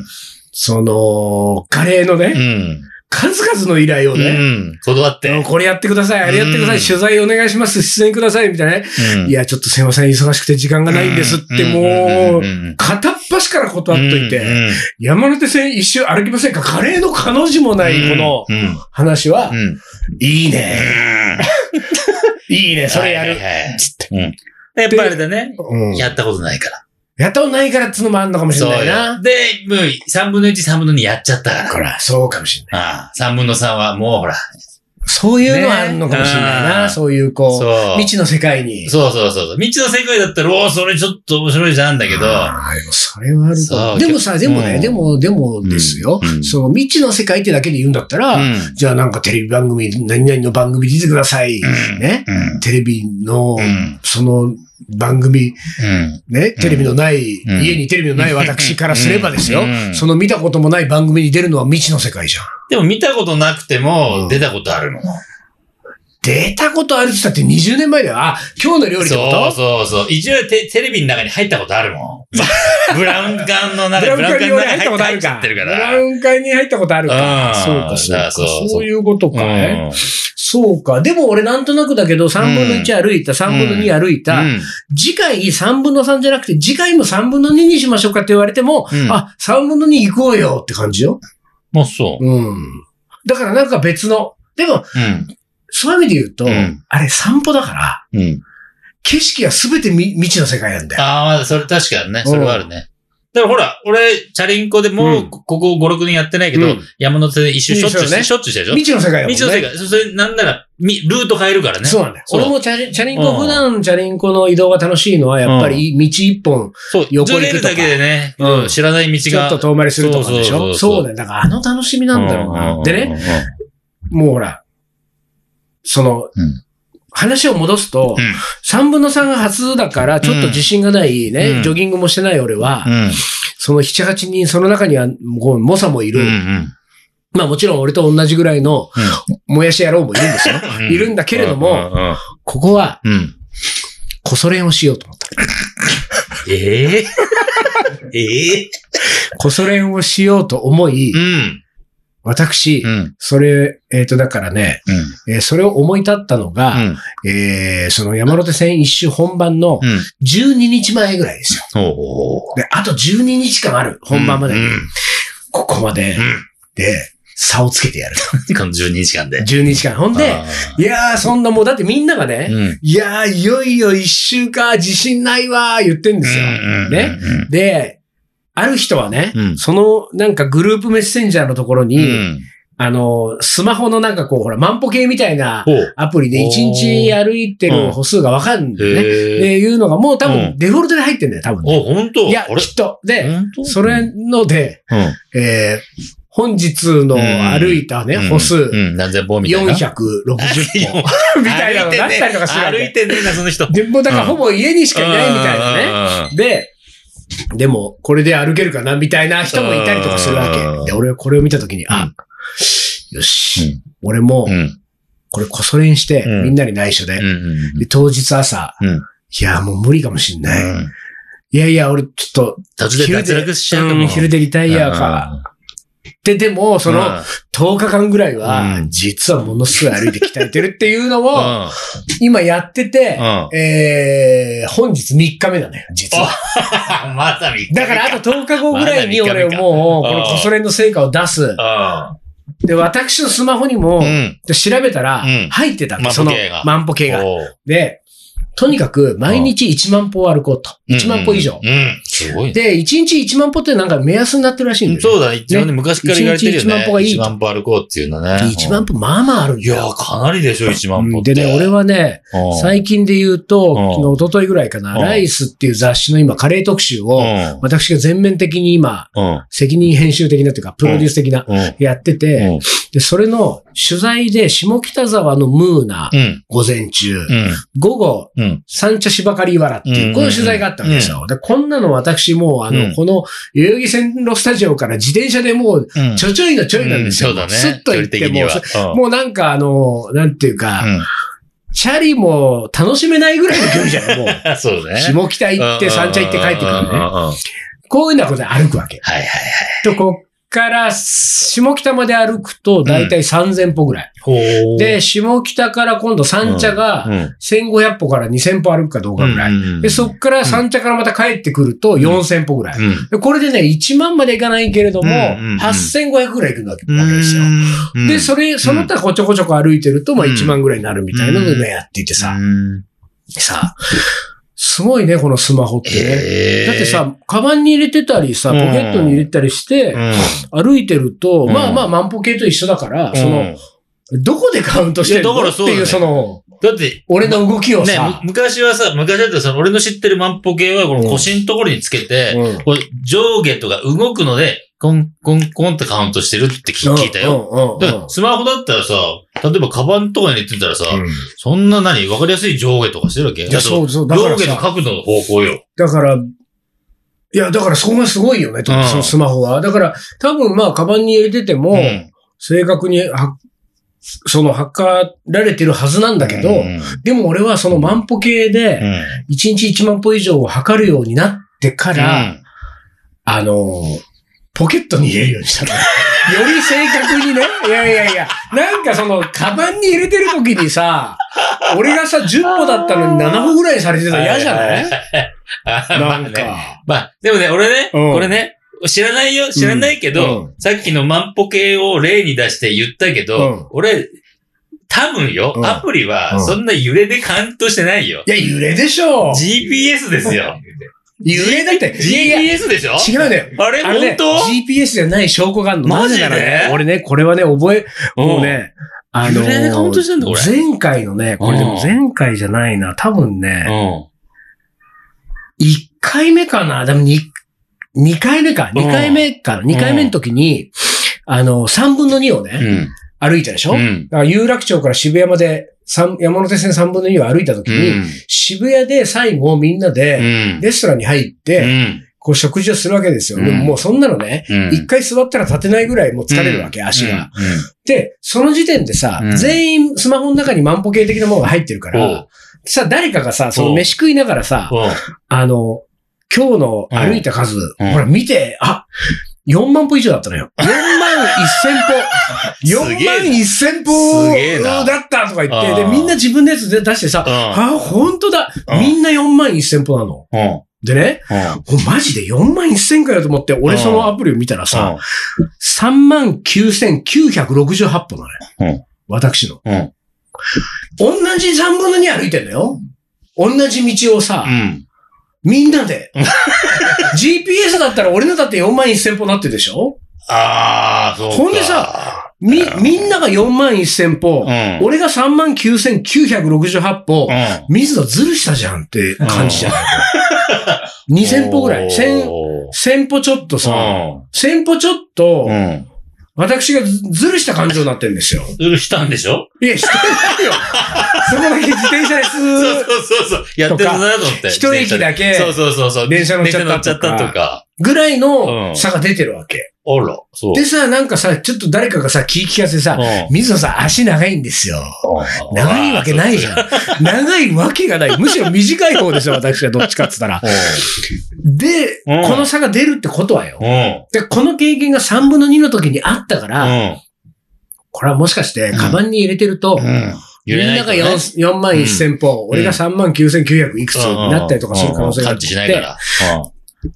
[SPEAKER 1] その、カレーの
[SPEAKER 2] う
[SPEAKER 1] ね、
[SPEAKER 2] ん。
[SPEAKER 1] 数々の依頼を
[SPEAKER 2] う
[SPEAKER 1] ね、
[SPEAKER 2] ん。断って。
[SPEAKER 1] これやってください、あれやってください、
[SPEAKER 2] うん
[SPEAKER 1] 取材お願いします、出演ください、みたいなね。
[SPEAKER 2] うん
[SPEAKER 1] いや、ちょっとすいません、忙しくて時間がないんですって、もう、片っ端から断っといて、山手線一周歩きませんかカレーの彼女もない、この
[SPEAKER 2] うんうんうん
[SPEAKER 1] 話は
[SPEAKER 2] うん、うん
[SPEAKER 1] いいね、いいね、それや
[SPEAKER 2] はい
[SPEAKER 1] る。
[SPEAKER 2] はいはい
[SPEAKER 1] つって。
[SPEAKER 2] うんやっぱあれだね。
[SPEAKER 1] うん
[SPEAKER 2] やったことないから。
[SPEAKER 1] やったことないからっつうのもあんのかもしれ
[SPEAKER 2] そ
[SPEAKER 1] な
[SPEAKER 2] う
[SPEAKER 1] い
[SPEAKER 2] よ。
[SPEAKER 1] な。
[SPEAKER 2] で、もう、3分の1、3分の2やっちゃったから。
[SPEAKER 1] ほら、そうかもしれない。
[SPEAKER 2] ああ、3分の3はもうほら。
[SPEAKER 1] そういうのはあんのかもしれない
[SPEAKER 2] ね
[SPEAKER 1] な。そういう、こう、
[SPEAKER 2] そう。
[SPEAKER 1] 未知の世界に。
[SPEAKER 2] そうそうそうそう。未知の世界だったら、おお、それちょっと面白いじゃんだけど。
[SPEAKER 1] あーでもそれはあるか
[SPEAKER 2] そ
[SPEAKER 1] も
[SPEAKER 2] う
[SPEAKER 1] でもさ、でもね、
[SPEAKER 2] うん
[SPEAKER 1] でも、でもですよ。
[SPEAKER 2] うん
[SPEAKER 1] その未知の世界ってだけで言うんだったら、
[SPEAKER 2] うん
[SPEAKER 1] じゃあなんかテレビ番組、何々の番組出てください。
[SPEAKER 2] うん
[SPEAKER 1] ね。
[SPEAKER 2] うん
[SPEAKER 1] テレビの、
[SPEAKER 2] うん
[SPEAKER 1] その番組、
[SPEAKER 2] うん
[SPEAKER 1] ね、テレビのない、
[SPEAKER 2] うん
[SPEAKER 1] 家にテレビのない私からすればですよ、
[SPEAKER 2] うん
[SPEAKER 1] その見たこともない番組に出るのは未知の世界じゃん。
[SPEAKER 2] でも見たことなくて
[SPEAKER 1] う
[SPEAKER 2] も
[SPEAKER 1] ん、
[SPEAKER 2] 出たことあるの。
[SPEAKER 1] 出たことあるって言ったって20年前だよ。あ、今日の料理ってこ
[SPEAKER 2] そう
[SPEAKER 1] と
[SPEAKER 2] そうそう。一応テテレビの中に入ったことあるもん。ブラウン管の中、ブラウン管の中に入った入っちゃってるか
[SPEAKER 1] ブラ
[SPEAKER 2] ら。
[SPEAKER 1] ウン管に入ったことあるから。
[SPEAKER 2] うん
[SPEAKER 1] そうか、そう
[SPEAKER 2] だ
[SPEAKER 1] か。
[SPEAKER 2] そうそう
[SPEAKER 1] そういうことかね。
[SPEAKER 2] うん
[SPEAKER 1] そうか。でも俺なんとなくだけど、3分の1歩いた、3分の2歩いた、
[SPEAKER 2] うん
[SPEAKER 1] 次回3分の3じゃなくて、次回も3分の2にしましょうかって言われても、
[SPEAKER 2] うん
[SPEAKER 1] あ、3分の2行こうよって感じよ。
[SPEAKER 2] もうそう。
[SPEAKER 1] うん。だからなんか別の、でも、
[SPEAKER 2] うん。
[SPEAKER 1] そういう意味で言うと、
[SPEAKER 2] うん
[SPEAKER 1] あれ散歩だから、
[SPEAKER 2] うん。
[SPEAKER 1] 景色は全てみ未知の世界なんだよ。
[SPEAKER 2] ああ、それ確かにね。それはあるね。だからほら、俺、チャリンコでも
[SPEAKER 1] う
[SPEAKER 2] うんここ5、6年やってないけ
[SPEAKER 1] う
[SPEAKER 2] ど
[SPEAKER 1] ん、
[SPEAKER 2] 山手線一周しょっちゅ
[SPEAKER 1] そ
[SPEAKER 2] う
[SPEAKER 1] うね
[SPEAKER 2] ししょっちゅうしてるでしょ
[SPEAKER 1] 未知の世界だもんね。
[SPEAKER 2] 道の世界。そそれ、なんなら、みルート変えるからね。
[SPEAKER 1] そうなんだよ。
[SPEAKER 2] そう
[SPEAKER 1] 俺もチャリチャリン
[SPEAKER 2] う
[SPEAKER 1] コ、
[SPEAKER 2] ん
[SPEAKER 1] 普段チャリンコの移動が楽しいのは、やっぱり道一本、
[SPEAKER 2] そう
[SPEAKER 1] 横
[SPEAKER 2] ず
[SPEAKER 1] 行
[SPEAKER 2] れ
[SPEAKER 1] く
[SPEAKER 2] る
[SPEAKER 1] とか
[SPEAKER 2] だけでね、
[SPEAKER 1] うん
[SPEAKER 2] 知らない道
[SPEAKER 1] ちょっ
[SPEAKER 2] が。
[SPEAKER 1] と遠回りするとかでし
[SPEAKER 2] そ
[SPEAKER 1] ょ
[SPEAKER 2] う
[SPEAKER 1] そ
[SPEAKER 2] そ
[SPEAKER 1] う
[SPEAKER 2] うそうそう
[SPEAKER 1] だよ。だからあの楽しみなんだろうな。でね、
[SPEAKER 2] ね。
[SPEAKER 1] もうほら、その
[SPEAKER 2] うん、
[SPEAKER 1] 話を戻すと
[SPEAKER 2] うん、
[SPEAKER 1] 3分の3が初だから、ちょっと自信がない
[SPEAKER 2] うん
[SPEAKER 1] ね、ジョギングもしてない俺は
[SPEAKER 2] う、ん。
[SPEAKER 1] その7、8人、その中には、もう、猛者もい
[SPEAKER 2] うん。う
[SPEAKER 1] る。
[SPEAKER 2] ん
[SPEAKER 1] まあもちろん俺と同じぐらいの、もやし野郎もいるんです <laughs> よ。
[SPEAKER 2] うん
[SPEAKER 1] いるんだけれども、
[SPEAKER 2] うん
[SPEAKER 1] ここは、
[SPEAKER 2] うんうん。
[SPEAKER 1] こそ練をしようと思った。
[SPEAKER 2] ええええ
[SPEAKER 1] こそ練をしようと思い、
[SPEAKER 2] うん。
[SPEAKER 1] 私
[SPEAKER 2] う、ん。
[SPEAKER 1] それ、えっ、と、だからね、
[SPEAKER 2] うん。
[SPEAKER 1] えーそれを思い立ったの
[SPEAKER 2] う
[SPEAKER 1] が、
[SPEAKER 2] ん。
[SPEAKER 1] えーその山手線一周本番の
[SPEAKER 2] うん。
[SPEAKER 1] 12日前ぐらいですよ。
[SPEAKER 2] おー
[SPEAKER 1] で、あと12日間ある、本番まで。
[SPEAKER 2] うん。うん
[SPEAKER 1] ここまで、で、差をつけてやる。
[SPEAKER 2] うんこの12日間で。
[SPEAKER 1] 12日間。ほんで、
[SPEAKER 2] あ
[SPEAKER 1] いやー、そんなもう、だってみんながね
[SPEAKER 2] ー、うん。
[SPEAKER 1] いやー、いよいよ一周か、自信ないわー、言ってんですよ。ね。
[SPEAKER 2] ね。
[SPEAKER 1] で、ある人はね、
[SPEAKER 2] うん
[SPEAKER 1] そのなんかグループメッセンジャーのところに、
[SPEAKER 2] うん。
[SPEAKER 1] あの、スマホのなんかこう、ほら、万歩計みたいな
[SPEAKER 2] ほう。
[SPEAKER 1] アプリで
[SPEAKER 2] おー
[SPEAKER 1] 1日歩いてる歩数がわかるんだよね。
[SPEAKER 2] へえ。
[SPEAKER 1] っていうのがもう多
[SPEAKER 2] う
[SPEAKER 1] 分
[SPEAKER 2] ん
[SPEAKER 1] デフォルトで入ってんだよ、多分ね。
[SPEAKER 2] お、ほんと
[SPEAKER 1] いや
[SPEAKER 2] あ、れ
[SPEAKER 1] きっと。で、
[SPEAKER 2] ほんと
[SPEAKER 1] それ
[SPEAKER 2] うん。
[SPEAKER 1] ので、えー本日の歩いたね、
[SPEAKER 2] うん
[SPEAKER 1] 歩数
[SPEAKER 2] う、ん。何千本みたいな。
[SPEAKER 1] 460歩みたいなの出したりとかするわ
[SPEAKER 2] 歩い
[SPEAKER 1] け。
[SPEAKER 2] てねえな、その人。
[SPEAKER 1] で、もうだからほぼ家にしかいないみたいなね。
[SPEAKER 2] ね。
[SPEAKER 1] で、でも、これで歩けるかなみたいな人もいたりとかするわ
[SPEAKER 2] う
[SPEAKER 1] け。
[SPEAKER 2] ん
[SPEAKER 1] で、俺はこれを見たときに、
[SPEAKER 2] う
[SPEAKER 1] あ
[SPEAKER 2] ん、
[SPEAKER 1] よし、
[SPEAKER 2] うん
[SPEAKER 1] 俺も
[SPEAKER 2] う、ん。
[SPEAKER 1] これこそ練して、
[SPEAKER 2] うん
[SPEAKER 1] みんなに内緒で
[SPEAKER 2] う、ん。
[SPEAKER 1] で当日朝、
[SPEAKER 2] うん
[SPEAKER 1] いや、もう無理かもしんない。いやいや、俺、ちょっと、
[SPEAKER 2] 途中で脱落しちゃうかも
[SPEAKER 1] ん昼でリタイアか。。で、でも、その、10日間ぐらいは
[SPEAKER 2] う、ん
[SPEAKER 1] 実はものすごい歩いて鍛えてるっていうの
[SPEAKER 2] うん。
[SPEAKER 1] を、今やってて
[SPEAKER 2] う、
[SPEAKER 1] <laughs>
[SPEAKER 2] ん。
[SPEAKER 1] えー、本日3日目だね、実は。
[SPEAKER 2] また見
[SPEAKER 1] だからあと10日後ぐらいに
[SPEAKER 2] まだ
[SPEAKER 1] 俺
[SPEAKER 2] 三日目か
[SPEAKER 1] もう、このコソ連の成果を出す。
[SPEAKER 2] あ
[SPEAKER 1] で、私のスマホにも
[SPEAKER 2] う、ん。
[SPEAKER 1] で調べたら
[SPEAKER 2] うん、
[SPEAKER 1] 入ってたの
[SPEAKER 2] 万
[SPEAKER 1] そ
[SPEAKER 2] 歩
[SPEAKER 1] の
[SPEAKER 2] 計が
[SPEAKER 1] 万歩計が。
[SPEAKER 2] おう
[SPEAKER 1] で、とにかく毎日1万歩を歩こうと。1万歩以上
[SPEAKER 2] う。ん。すごいね。
[SPEAKER 1] で、1日1万歩ってなんか目安になってるらしいんだよ
[SPEAKER 2] そうだね。一番ね、昔から言われてるよ
[SPEAKER 1] 一日
[SPEAKER 2] ね。
[SPEAKER 1] 一万歩がいい
[SPEAKER 2] 一万歩歩こうっていうのね。
[SPEAKER 1] ね。1万歩まあまああるん
[SPEAKER 2] い
[SPEAKER 1] だよ
[SPEAKER 2] やー、かなりでしょ、一
[SPEAKER 1] う
[SPEAKER 2] 万歩
[SPEAKER 1] ん
[SPEAKER 2] って。
[SPEAKER 1] でね、俺はね、
[SPEAKER 2] うん、
[SPEAKER 1] 最近で言うと、
[SPEAKER 2] う
[SPEAKER 1] 昨
[SPEAKER 2] ん
[SPEAKER 1] 日、一昨日ぐらいかな、
[SPEAKER 2] うん
[SPEAKER 1] ライスっていう雑誌の今、カレー特集を、
[SPEAKER 2] う
[SPEAKER 1] 私が全面的に今、
[SPEAKER 2] ん。
[SPEAKER 1] 責任編集的なというか、プロデュース的な、
[SPEAKER 2] うん。うん。
[SPEAKER 1] やってて、で、それの取材で下北沢のムーナ、
[SPEAKER 2] うん。
[SPEAKER 1] 午前中、
[SPEAKER 2] うん。
[SPEAKER 1] 午後、
[SPEAKER 2] うん。
[SPEAKER 1] 三茶芝刈りわらって
[SPEAKER 2] うんうん
[SPEAKER 1] いうう、
[SPEAKER 2] ん
[SPEAKER 1] こういう取材があったんですよ。で、こんなの私もう、あの、
[SPEAKER 2] うん
[SPEAKER 1] この、代々木線路スタジオから自転車でもう、
[SPEAKER 2] うん。
[SPEAKER 1] ちょちょいのちょいなんですよ。
[SPEAKER 2] うんそうだね。
[SPEAKER 1] スッと行ってもう
[SPEAKER 2] 距離的には
[SPEAKER 1] す、もうなんかあの、なんていうか、チャリも楽しめないぐらいの距離じゃないもう。
[SPEAKER 2] うん。そう <laughs> だね。
[SPEAKER 1] 下北行って、三茶行って帰ってくる
[SPEAKER 2] うんうんうん
[SPEAKER 1] ね。
[SPEAKER 2] んうんはい
[SPEAKER 1] こういうようなことで歩くわけ。
[SPEAKER 2] はいはい。
[SPEAKER 1] と、こう、から下北まで歩くと、だいたい3000歩ぐらい。
[SPEAKER 2] ほう
[SPEAKER 1] で、下北から今度三茶が
[SPEAKER 2] うん
[SPEAKER 1] 1500歩から2000歩歩くかどうかぐらい。
[SPEAKER 2] うん
[SPEAKER 1] で、そっから三茶からまた帰ってくると4000歩ぐらい。
[SPEAKER 2] うん
[SPEAKER 1] でこれでね、1万までいかないけれども、
[SPEAKER 2] うんうんうん
[SPEAKER 1] 8500ぐらい行くわけわけですよ。
[SPEAKER 2] うん
[SPEAKER 1] で、それ、その他こちょこちょこ歩いてると、まあ
[SPEAKER 2] うん
[SPEAKER 1] 1万ぐらいになるみたいなの
[SPEAKER 2] うん
[SPEAKER 1] でやっていてさ、
[SPEAKER 2] うん
[SPEAKER 1] さ、すごいね、このスマホってね。
[SPEAKER 2] へー
[SPEAKER 1] だって、さ、カバンに入れてたりさ、
[SPEAKER 2] う
[SPEAKER 1] ポ
[SPEAKER 2] ん
[SPEAKER 1] ケットに入れたりし
[SPEAKER 2] う
[SPEAKER 1] て、
[SPEAKER 2] ん
[SPEAKER 1] 歩いてると、
[SPEAKER 2] うん
[SPEAKER 1] まあまあ万歩計と一緒だから、その、どこでカウントしてる
[SPEAKER 2] いやだ
[SPEAKER 1] の
[SPEAKER 2] から
[SPEAKER 1] っ
[SPEAKER 2] そ
[SPEAKER 1] て
[SPEAKER 2] うだ
[SPEAKER 1] い
[SPEAKER 2] ね
[SPEAKER 1] う、その、
[SPEAKER 2] だって、
[SPEAKER 1] 俺の動きを
[SPEAKER 2] ね、
[SPEAKER 1] さ
[SPEAKER 2] む、昔はさ、昔だったらその俺の知ってる万歩計はこの腰のところにつけて、
[SPEAKER 1] うん
[SPEAKER 2] こう上下とか動くので、コンコンコンってカウントしてるって聞聞いたよ。
[SPEAKER 1] よ
[SPEAKER 2] だからスマホだったらさ、例えばカバンとかに入れてたらさ、そんな何わかりやすい上下とかしてるわけ。
[SPEAKER 1] いや、そううそう、だから
[SPEAKER 2] 上下の
[SPEAKER 1] さ、
[SPEAKER 2] 角度の方向よ。
[SPEAKER 1] だから、いや、だからそこがすごいよね、と
[SPEAKER 2] うん
[SPEAKER 1] そのスマホは。だから、多分まあ、カバンに入れてても、
[SPEAKER 2] うん
[SPEAKER 1] 正確には、その、測られてるはずなんだけど、
[SPEAKER 2] うん
[SPEAKER 1] でも俺はその万歩計
[SPEAKER 2] う
[SPEAKER 1] で、
[SPEAKER 2] ん
[SPEAKER 1] 1日1万歩以上を測るようになってから、
[SPEAKER 2] うん
[SPEAKER 1] あのーポケットに入れるようにした
[SPEAKER 2] <laughs>
[SPEAKER 1] の。より正確にね。いやいやいや。なんかその、カバンに入れてる時にさ、俺がさ、10歩だったのに7歩ぐらいされてたら嫌じゃない
[SPEAKER 2] あーまあ
[SPEAKER 1] なん
[SPEAKER 2] ね。
[SPEAKER 1] か。
[SPEAKER 2] まあ、でもね、俺ね、
[SPEAKER 1] うん
[SPEAKER 2] これね、知らないよ、知らないけ
[SPEAKER 1] う
[SPEAKER 2] ど、さっきの万歩計を例に出して言ったけど、
[SPEAKER 1] うん
[SPEAKER 2] 俺、多分よ、
[SPEAKER 1] うん
[SPEAKER 2] アプリは
[SPEAKER 1] うん
[SPEAKER 2] そんな揺れでカウントしてないよ。
[SPEAKER 1] いや、揺れでしょう。
[SPEAKER 2] GPS ですよ。
[SPEAKER 1] 揺れだって。いやいや
[SPEAKER 2] GPS でしょ
[SPEAKER 1] 違うね。
[SPEAKER 2] あれ、
[SPEAKER 1] あれ
[SPEAKER 2] 本
[SPEAKER 1] ね、
[SPEAKER 2] 当
[SPEAKER 1] GPS じゃない証拠があるの。
[SPEAKER 2] マジで
[SPEAKER 1] なぜならね俺ね、これはね、覚え、もうね、あの
[SPEAKER 2] 揺れでカウントしてんだこれ
[SPEAKER 1] 前回のね、これでも前回じゃないな、多分ね、
[SPEAKER 2] う
[SPEAKER 1] 一回目かなでも二、二回目か。
[SPEAKER 2] うん
[SPEAKER 1] 二回目かな。二回目の時に、あの、三分の二を
[SPEAKER 2] ん。う
[SPEAKER 1] ね、
[SPEAKER 2] ん。
[SPEAKER 1] 歩いたでしょ、
[SPEAKER 2] うん。
[SPEAKER 1] だから有楽町から渋谷まで、三山手線三分の二を歩いた時
[SPEAKER 2] う
[SPEAKER 1] に、
[SPEAKER 2] ん。
[SPEAKER 1] 渋谷で最後みんな
[SPEAKER 2] う
[SPEAKER 1] で、
[SPEAKER 2] ん。
[SPEAKER 1] レストランに入っ
[SPEAKER 2] う
[SPEAKER 1] て、
[SPEAKER 2] ん
[SPEAKER 1] こう食事をするわけですよ。
[SPEAKER 2] うん
[SPEAKER 1] でももうそんなのね、
[SPEAKER 2] うん
[SPEAKER 1] 一回座ったら立てないぐらいもう疲れるわけ、足が。。で、その時点でさ、
[SPEAKER 2] うん
[SPEAKER 1] 全員スマホの中に万歩計的なものが入ってるか
[SPEAKER 2] うん。
[SPEAKER 1] ら、さ、誰かがさ、そ
[SPEAKER 2] お
[SPEAKER 1] の
[SPEAKER 2] う
[SPEAKER 1] 飯食いながらさ、
[SPEAKER 2] おう
[SPEAKER 1] あの、今日の歩いた数、
[SPEAKER 2] うん
[SPEAKER 1] ほら見て、あ、4万歩以上だったのよ。4万1000歩。 <laughs>
[SPEAKER 2] す
[SPEAKER 1] 4
[SPEAKER 2] げえ
[SPEAKER 1] 万
[SPEAKER 2] な
[SPEAKER 1] 1000
[SPEAKER 2] すげえ
[SPEAKER 1] 歩
[SPEAKER 2] な
[SPEAKER 1] だったとか言って、
[SPEAKER 2] あ
[SPEAKER 1] で、
[SPEAKER 2] ー
[SPEAKER 1] みんな自分のやつで出してさ、
[SPEAKER 2] うん
[SPEAKER 1] あ、本当だ。
[SPEAKER 2] うん
[SPEAKER 1] みんな4万1000歩なの。
[SPEAKER 2] うん。うん。
[SPEAKER 1] でね、おマジで4万1000かよと思って、俺そのアプリを見たらさ、3万9968歩なのよ。私の。
[SPEAKER 2] うん。
[SPEAKER 1] 同じ3分の2歩いてんだよ。同じ道をさ、
[SPEAKER 2] うん。
[SPEAKER 1] みんなで。GPS だったら俺のだって4万1000歩なってるでしょ
[SPEAKER 2] ああ、そうか。
[SPEAKER 1] ほんでさ、み、みんなが4万1000歩、
[SPEAKER 2] うん
[SPEAKER 1] 俺が3万9968歩、
[SPEAKER 2] うん。
[SPEAKER 1] 水野ずるしたじゃんって感じじゃない、?2000 歩ぐらい。1000、1000歩ちょっとさ、1000歩ちょっと
[SPEAKER 2] う、ん。
[SPEAKER 1] 私がずずるした感情になってるんですよ。
[SPEAKER 2] うん。したんでしょ
[SPEAKER 1] いや、してない
[SPEAKER 2] <laughs>
[SPEAKER 1] よ。そこだけ自転車でス
[SPEAKER 2] そう
[SPEAKER 1] ーッ
[SPEAKER 2] そうそうそう。やってるなと思って。
[SPEAKER 1] 一駅だけ
[SPEAKER 2] そうそうそうそう。
[SPEAKER 1] 電車乗っちゃ
[SPEAKER 2] 電
[SPEAKER 1] っ
[SPEAKER 2] 乗っち
[SPEAKER 1] た
[SPEAKER 2] ゃっ
[SPEAKER 1] とか
[SPEAKER 2] たとか。
[SPEAKER 1] ぐらいうの
[SPEAKER 2] ん
[SPEAKER 1] 差が出てるわけ。
[SPEAKER 2] あら、そう。
[SPEAKER 1] でさ、なんかさ、ちょっと誰かがさ、聞き聞かせてさ、水野さん足長いんですよ。
[SPEAKER 2] うん
[SPEAKER 1] 長いわけないじゃん。長いわけがない。むしろ短い方ですよ、私はどっちかって言ったら。で、
[SPEAKER 2] うん
[SPEAKER 1] この差が出るってことはよ
[SPEAKER 2] うん。。うん。
[SPEAKER 1] で、この経験が3分の2の時にあったから、
[SPEAKER 2] うん。
[SPEAKER 1] これはもしかして、カバンに入れてると、
[SPEAKER 2] うん。
[SPEAKER 1] みんなが 4, 4万1000歩、俺が3万9900いくつになったりとかする可能性があ
[SPEAKER 2] 感
[SPEAKER 1] って
[SPEAKER 2] 知しないから。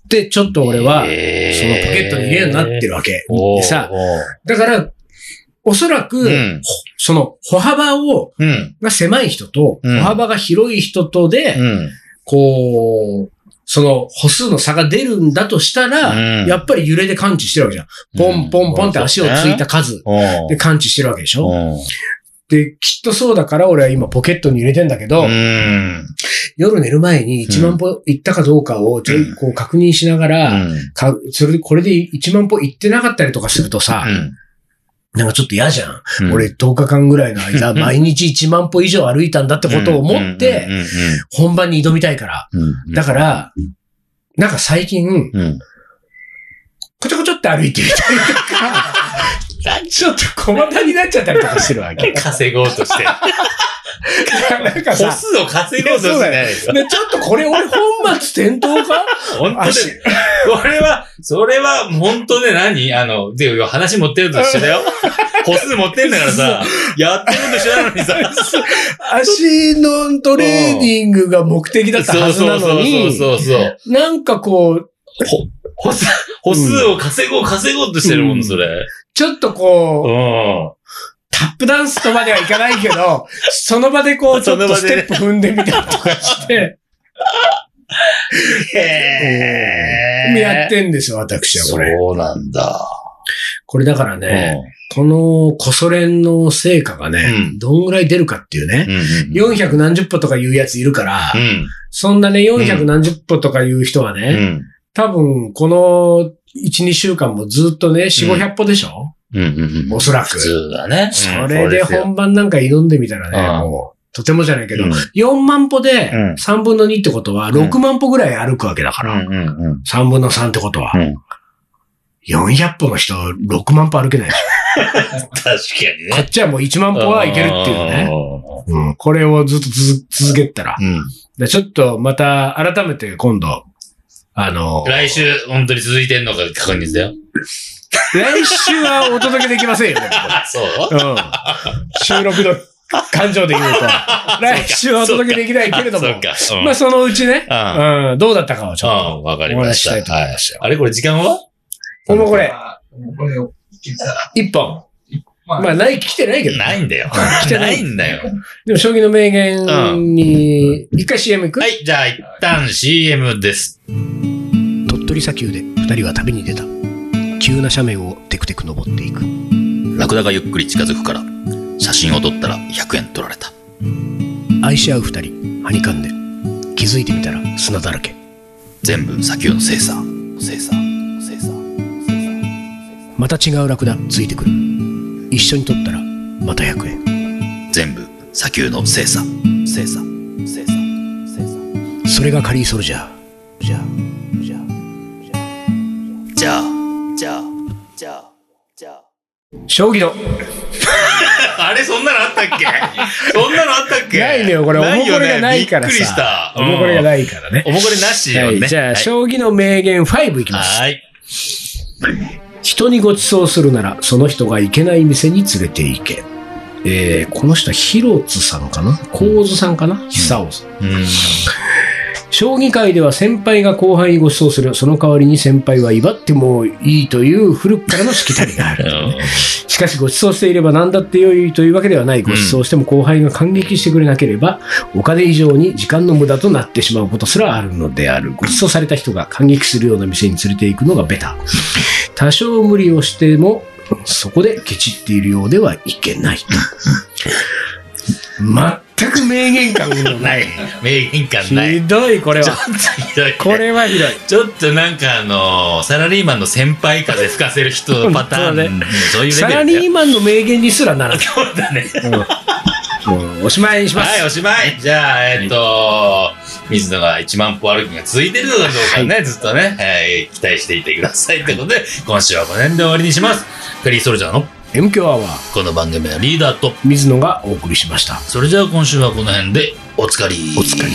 [SPEAKER 1] で、ちょっと俺は、そのポ
[SPEAKER 2] えー
[SPEAKER 1] ケットに入れるようになってるわけ。
[SPEAKER 2] おー
[SPEAKER 1] でさ、
[SPEAKER 2] おー
[SPEAKER 1] だから、おそら
[SPEAKER 2] う
[SPEAKER 1] く、
[SPEAKER 2] ん。
[SPEAKER 1] その歩幅を、
[SPEAKER 2] うん。
[SPEAKER 1] が狭い人と、
[SPEAKER 2] うん
[SPEAKER 1] 歩幅が広い人とで、
[SPEAKER 2] うん。
[SPEAKER 1] こう、その歩数の差が出るんだとしたら、
[SPEAKER 2] うん
[SPEAKER 1] やっぱり揺れで感知してるわけじゃん。ポンポンポンって足をついた数
[SPEAKER 2] うん。うん
[SPEAKER 1] で感知してるわけでしょ。
[SPEAKER 2] うん
[SPEAKER 1] で、きっとそうだから俺は今ポケットに入れてんだけど、
[SPEAKER 2] うん。
[SPEAKER 1] 夜寝る前に1万歩行ったかどうかをぜ
[SPEAKER 2] うん
[SPEAKER 1] こう確認しなが
[SPEAKER 2] う
[SPEAKER 1] ら、
[SPEAKER 2] ん
[SPEAKER 1] かそれで、これで1万歩行ってなかったりとかするとさ、なんかちょっと嫌じゃん。
[SPEAKER 2] うん
[SPEAKER 1] 俺10日間ぐらいの間、毎日1万歩以上歩いたんだってことを思っ
[SPEAKER 2] うん
[SPEAKER 1] て、本番に挑みたいから。
[SPEAKER 2] うんうんうん
[SPEAKER 1] だから、なんか最近、
[SPEAKER 2] うん。
[SPEAKER 1] こちょこちょって歩いてみたりとか、ちょっと小股になっちゃったりとかしてるわ
[SPEAKER 2] <laughs>
[SPEAKER 1] け。
[SPEAKER 2] 稼ごう
[SPEAKER 1] <laughs>
[SPEAKER 2] として。
[SPEAKER 1] なんか
[SPEAKER 2] 歩
[SPEAKER 1] さ、
[SPEAKER 2] 数を稼ごうとしてないですよ。
[SPEAKER 1] ね、ちょっとこれ俺本末転倒
[SPEAKER 2] <laughs>
[SPEAKER 1] か
[SPEAKER 2] 本当です。これは、それは、本当で何あの、で、話持ってると一
[SPEAKER 1] <laughs>
[SPEAKER 2] 緒だよ。歩数持ってんだからさ、やってると一緒なの
[SPEAKER 1] <laughs>
[SPEAKER 2] にさ。
[SPEAKER 1] 足のトレーニングが目的だったはずなのに、
[SPEAKER 2] そうそうそうそう。
[SPEAKER 1] なんかこう、
[SPEAKER 2] 歩数、歩数を稼ごう、稼ごうとしてるもん、それ。
[SPEAKER 1] ちょっと
[SPEAKER 2] う
[SPEAKER 1] こう、
[SPEAKER 2] ん。
[SPEAKER 1] タップダンスとまではいかないけど、その場でこう、ちょっとステップ踏んでみたりとかして、
[SPEAKER 2] へ
[SPEAKER 1] やってんですよ、私はこれ。
[SPEAKER 2] そうなんだ。
[SPEAKER 1] これだからね、このコソ連の成果がね、
[SPEAKER 2] うん
[SPEAKER 1] どんぐらい出るかっていう
[SPEAKER 2] うん。
[SPEAKER 1] ね、
[SPEAKER 2] うん
[SPEAKER 1] 400何十歩とかいうやついるから、
[SPEAKER 2] うん。
[SPEAKER 1] そんなね、400何十歩とかいう人はね、
[SPEAKER 2] うん。
[SPEAKER 1] 多分、この1、2週間もずっとね、4、
[SPEAKER 2] うん
[SPEAKER 1] 500歩でしょ、
[SPEAKER 2] うん。うん。
[SPEAKER 1] おそら
[SPEAKER 2] 普
[SPEAKER 1] く。
[SPEAKER 2] 通だね。
[SPEAKER 1] それで
[SPEAKER 2] ほん
[SPEAKER 1] 本番なんか挑んでみたら
[SPEAKER 2] ああ
[SPEAKER 1] ね、もう、とてもじゃないけ
[SPEAKER 2] け
[SPEAKER 1] ど、
[SPEAKER 2] うん。
[SPEAKER 1] 4万歩で
[SPEAKER 2] うん
[SPEAKER 1] 3分の2ってことは、
[SPEAKER 2] ん
[SPEAKER 1] 6万歩ぐらい歩くわけだから、
[SPEAKER 2] うん。うん。うん
[SPEAKER 1] 3分の3ってことは、
[SPEAKER 2] うん
[SPEAKER 1] 400歩の人、6万歩歩けないでし
[SPEAKER 2] 確かに
[SPEAKER 1] ょ。こ
[SPEAKER 2] ね。
[SPEAKER 1] っちはもう1万歩はいけるっていうね。うん、これをずっと続続けてたら。
[SPEAKER 2] うん。うん。
[SPEAKER 1] でちょっとまた改めて今度、あ
[SPEAKER 2] <laughs>
[SPEAKER 1] の、
[SPEAKER 2] 来週、本当に続いてんのか確認だよ。
[SPEAKER 1] 来週はお届けできませんよ、ね。これ
[SPEAKER 2] あ、そう
[SPEAKER 1] うん収録の <laughs> 感情で言うと、
[SPEAKER 2] <laughs>
[SPEAKER 1] 来週はお届けできないけれども
[SPEAKER 2] そう、か。そう
[SPEAKER 1] まあ
[SPEAKER 2] か
[SPEAKER 1] そのうちね、
[SPEAKER 2] うん。うん
[SPEAKER 1] うん、どうだったかをちょっ
[SPEAKER 2] うん。わかりまし
[SPEAKER 1] お話しし
[SPEAKER 2] た。
[SPEAKER 1] たいと思いますよ
[SPEAKER 2] はいあれこれ時間は
[SPEAKER 1] と。もうこれ、
[SPEAKER 3] これを
[SPEAKER 1] 一本。
[SPEAKER 3] まあ
[SPEAKER 1] まあ、ない、来てないけど。
[SPEAKER 2] ないんだよ。
[SPEAKER 1] 来てな
[SPEAKER 2] ないいんだよ。
[SPEAKER 1] でも、将棋の名言に、一回 CM 行く、
[SPEAKER 2] はい、じゃあ一旦 CM です。
[SPEAKER 1] 鳥取砂丘で二人は旅に出た。急な斜面をテクテク登っていく。
[SPEAKER 2] ラクダがゆっくり近づくから写真を撮ったら100円取られた
[SPEAKER 1] 愛し合う二人、はにかんで。気づいてみたら砂だらけ。
[SPEAKER 2] 全部砂丘の精査精査精査
[SPEAKER 1] また違うラクダ、ついてくる。一緒に撮ったら、また100円。
[SPEAKER 2] 全部砂丘の精査精査精査精査
[SPEAKER 1] それがカリーソルジャー。じゃあ、じゃあ。
[SPEAKER 2] じゃあじゃあじゃあじゃ
[SPEAKER 1] 将棋の。
[SPEAKER 2] <laughs> ああれそんなのあった <laughs> っけそんなのあったっけ
[SPEAKER 1] ないのよこれ
[SPEAKER 2] いよね
[SPEAKER 1] おもこれがないからさ
[SPEAKER 2] びっくりした
[SPEAKER 1] おもこれが
[SPEAKER 2] い
[SPEAKER 1] ないからね。
[SPEAKER 2] おもこれなしよね、
[SPEAKER 1] はい、じゃあ、
[SPEAKER 2] はい
[SPEAKER 1] 将棋の名言5いきます。
[SPEAKER 2] はい
[SPEAKER 1] 人にご馳走するなら、その人が行けない店に連れて行け。えー、この人は広津さんかな高津さんかな久尾さん。
[SPEAKER 2] うん
[SPEAKER 1] 将棋界では先輩が後輩にご馳走する。その代わりに先輩は威張ってもいいという古くからのしきたりがある。しかしご馳走していれば何だって良いというわけではない。ご馳走しても後輩が感激してくれなければ、お金以上に時間の無駄となってしまうことすらあるのである。ご馳走された人が感激するような店に連れて行くのがベタ。多少無理をしても、そこでケチっているようではいけない。全く名言感の
[SPEAKER 2] な
[SPEAKER 1] ないい。
[SPEAKER 2] 名言感ない
[SPEAKER 1] ひどい、これ
[SPEAKER 2] ちょ
[SPEAKER 1] は
[SPEAKER 2] っ。とひどいね
[SPEAKER 1] これはひどい。
[SPEAKER 2] ちょっとなんかあのサラリーマンの先輩風吹かせる人のパターン、
[SPEAKER 1] 本
[SPEAKER 2] そういうレ
[SPEAKER 1] サ
[SPEAKER 2] ベ
[SPEAKER 1] ラ
[SPEAKER 2] ルだ
[SPEAKER 1] リ
[SPEAKER 2] よ。
[SPEAKER 1] ーマンの名言にすらならない。
[SPEAKER 2] そうだね。
[SPEAKER 1] うんおしまいにします。
[SPEAKER 2] はい、おしまい。じゃあ、えっと、水野が1万歩歩きが続いてるのかどうかね、ずっとね、はい、期待していてくださいってことで、今週はこの辺で終わりにします。クリーソルジャーの
[SPEAKER 1] M 強アワー、
[SPEAKER 2] この番組はリーダーと、
[SPEAKER 1] 水野がお送りしました。
[SPEAKER 2] それじゃあ今週はこの辺でおつかり。
[SPEAKER 1] お疲れ。